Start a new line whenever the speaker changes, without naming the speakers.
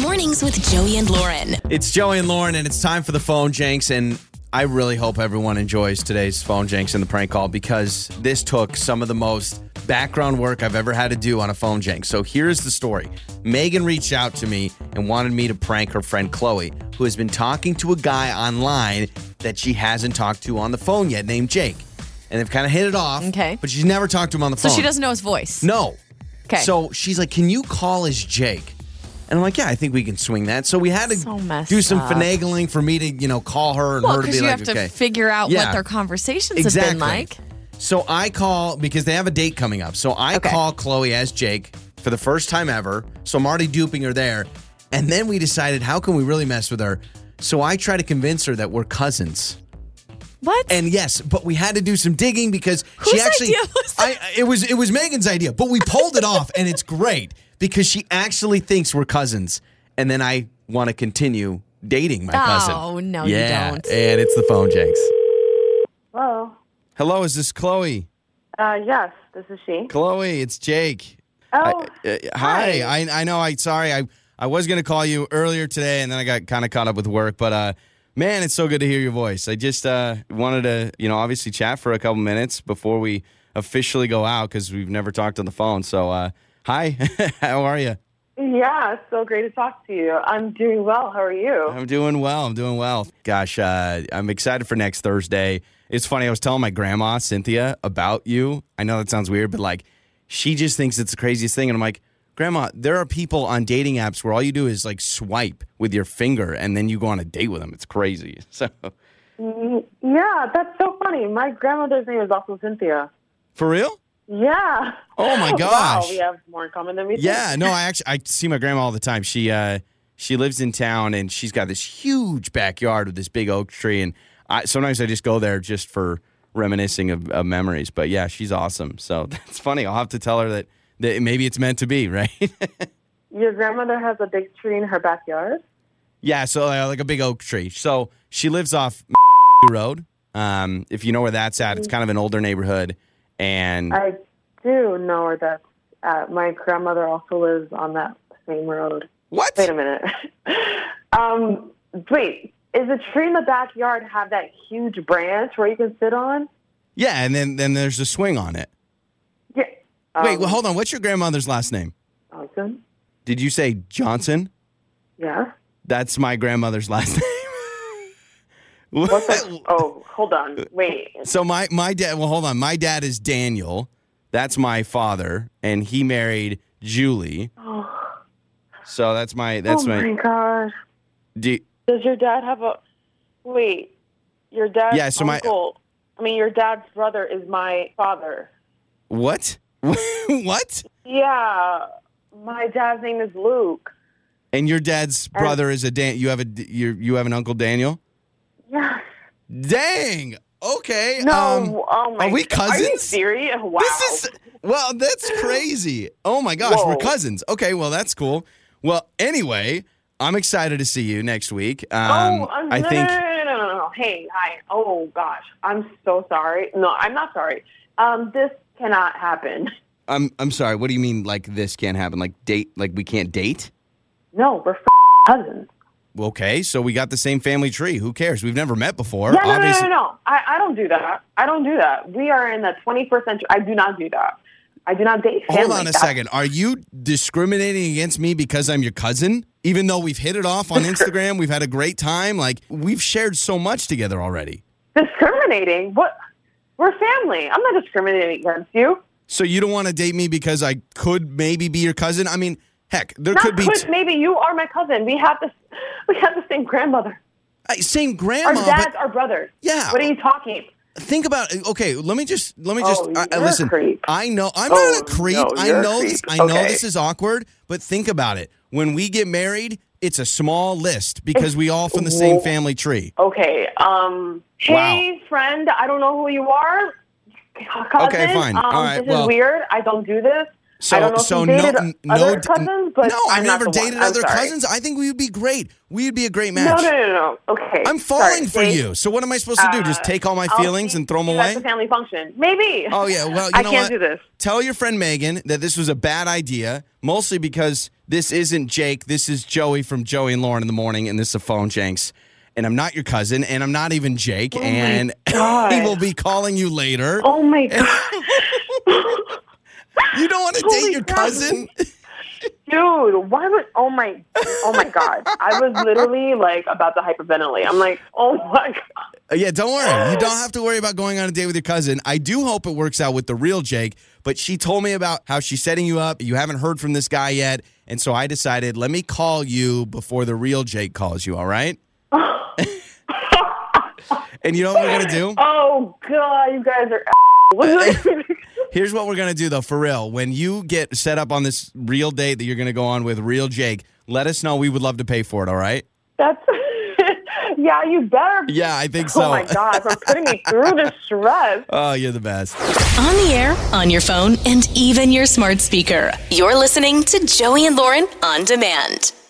Mornings with Joey and Lauren.
It's Joey and Lauren, and it's time for the phone janks. And I really hope everyone enjoys today's phone janks and the prank call because this took some of the most background work I've ever had to do on a phone jank. So here's the story Megan reached out to me and wanted me to prank her friend Chloe, who has been talking to a guy online that she hasn't talked to on the phone yet, named Jake. And they've kind of hit it off.
Okay.
But she's never talked to him on the
So
phone.
she doesn't know his voice.
No.
'Kay.
So she's like, "Can you call as Jake?" And I'm like, "Yeah, I think we can swing that." So we had to
So messed
do some
up.
finagling for me to, you know, call her and
Well,
her to
because
be
you
like,
have to
"Okay."
figure out
Yeah.
what their conversations
exactly.
have been like.
So I call because they have a date coming up. So I
Okay.
call Chloe as Jake for the first time ever. So I'm already duping her there. And then we decided, how can we really mess with her? So I try to convince her that we're cousins.
What?
And yes, but we had to do some digging because she
Whose
actually
idea was that?
I it was it was Megan's idea, but we pulled it off and it's great because she actually thinks we're cousins and then I want to continue dating my cousin.
Oh, no, you
yeah,
don't.
And it's the phone janks.
Hello.
Hello, is this Chloe?
Uh, yes, this is she.
Chloe, it's Jake.
Oh,
I- uh, hi. I I know I sorry. I I was going to call you earlier today and then I got kind of caught up with work, but uh man, it's so good to hear your voice. I just uh wanted to, you know, obviously chat for a couple minutes before we officially go out cuz we've never talked on the phone. So uh hi. How are you?
yeah, it's so great to talk to you. I'm doing well. How are you?
I'm doing well. I'm doing well. Gosh, uh, I'm excited for next Thursday. It's funny. I was telling my grandma Cynthia about you. I know that sounds weird, but like, she just thinks it's the craziest thing. And I'm like, Grandma, there are people on dating apps where all you do is like swipe with your finger, and then you go on a date with them. It's crazy. So,
Yeah, that's so funny. My grandmother's name is also Cynthia.
for real?
Yeah.
Oh, my
Wow,
gosh.
we have more in common than we think.
Yeah, no, I actually I see my grandma all the time. She uh she lives in town and she's got this huge backyard with this big oak tree and I sometimes I just go there just for reminiscing of, of memories. But yeah, she's awesome. So that's funny. I'll have to tell her that, that maybe it's meant to be, right?
Your grandmother has a big tree in her backyard.
yeah, so uh, like a big oak tree. So she lives off Road. Um if you know where that's at, it's kind of an older neighborhood and
I do know where that's at. My grandmother also lives on that same road.
what?
Wait a minute. um, wait, is the tree in the backyard have that huge branch where you can sit on?
Yeah, and then then there's a swing on it.
Yeah.
Wait,
Um,
well, hold on. What's your grandmother's last name?
Awesome.
Did you say Johnson?
Yeah.
That's my grandmother's last name. What?
What's that? oh, hold
uh,
on. Wait.
So my my dad. Well, hold on. My dad is Daniel. That's my father, and he married Julie.
Oh,
So that's my that's
oh
my.
my god.
do-
Does your dad have a? Wait. Your dad's
Yeah, so my-
uncle. I mean, your dad's brother is my father.
what? what?
Yeah. My dad's name is Luke.
And your dad's
Uh,
brother is a Dan. You have a d- you you have an uncle Daniel.
Yeah.
Dang. Okay.
No.
Um,
oh my.
are we
God. Are you
cousins?
serious? Wow.
This is well, that's crazy. Oh my gosh, we're
Whoa.
cousins. Okay, well that's cool. Well, anyway, I'm excited to see you next week. Um,
Oh, um,
I
no,
think
no, no, no, no, no, no. Hey, hi. Oh gosh, I'm so sorry. No, I'm not sorry. Um, this cannot happen.
I'm I'm sorry. What do you mean? Like this can't happen? Like date? Like we can't date?
No, we're f- cousins.
Okay, so we got the same family tree. Who cares? We've never met before.
Yeah, no, no, no,
Obviously,
no, no. I, I don't do that. I don't do that. We are in the 21st century. I do not do that. I do not date family.
hold on a
That's-
second. Are you discriminating against me because I'm your cousin? Even though we've hit it off on Instagram, we've had a great time. Like we've shared so much together already.
Discriminating? What? We're family. I'm not discriminating against you.
So you don't want to date me because I could maybe be your cousin? I mean, heck, there
Not
could be
could- maybe you are my cousin. We have this. We have the same grandmother.
I- same
Our
grandma.
dads
but
are brothers.
Yeah.
What are you talking?
think about okay. Let me just let me just
Oh,
I- I-
you're a
listen.
creep.
I know I'm
Oh,
not a creep.
no,
I
you're a
know this.
creep.
I know
Okay.
this is awkward, but think about it. When we get married, it's a small list because we all from the same
Whoa.
family tree.
Okay. Um, hey, friend, I don't know who you are. Cousin,
Okay, fine.
Um,
All right,
This
well-
is weird. I don't do this.
So
I don't know
so
if you
no
dated
n-
other
no d-
cousins, but
no.
I'm
I've
not
never
the one.
dated
I'm
other
sorry.
cousins. I think we would be great. We'd be a great
No,
match.
no, no, no. Okay.
I'm falling
sorry.
for
Thank-
you. So what am I supposed to do? Just
Uh,
take all my
I'll
feelings
see
and throw them
you
away?
At the family function, maybe.
Oh yeah, well you
I
know
can't
what?
do this.
Tell your friend Megan that this was a bad idea, mostly because This isn't Jake. This is Joey from Joey and Lauren in the morning, and this is a phone janks. And I'm not your cousin, and I'm not even Jake. and
Oh God.
he will be calling you later.
Oh my god,
you don't want to
holy
date your
crap.
cousin?
dude! Why would? Oh my! Oh my god! I was literally like about to hyperventilate. I'm like, oh my god.
Uh, yeah, don't worry. You don't have to worry about going on a date with your cousin. I do hope it works out with the real Jake, but she told me about how she's setting you up. You haven't heard from this guy yet. And so I decided, let me call you before the real Jake calls you, all right? and you know what we're going to do?
Oh god, you guys are.
Here's what we're going to do, though, for real. When you get set up on this real date that you're going to go on with real Jake, let us know. We would love to pay for it, all right?
That's. yeah, you better.
Yeah, I think so.
Oh my god, for putting me through this stress.
Oh, you're the best.
On the air, on your phone, and even your smart speaker. You're listening to Joey and Lauren on demand.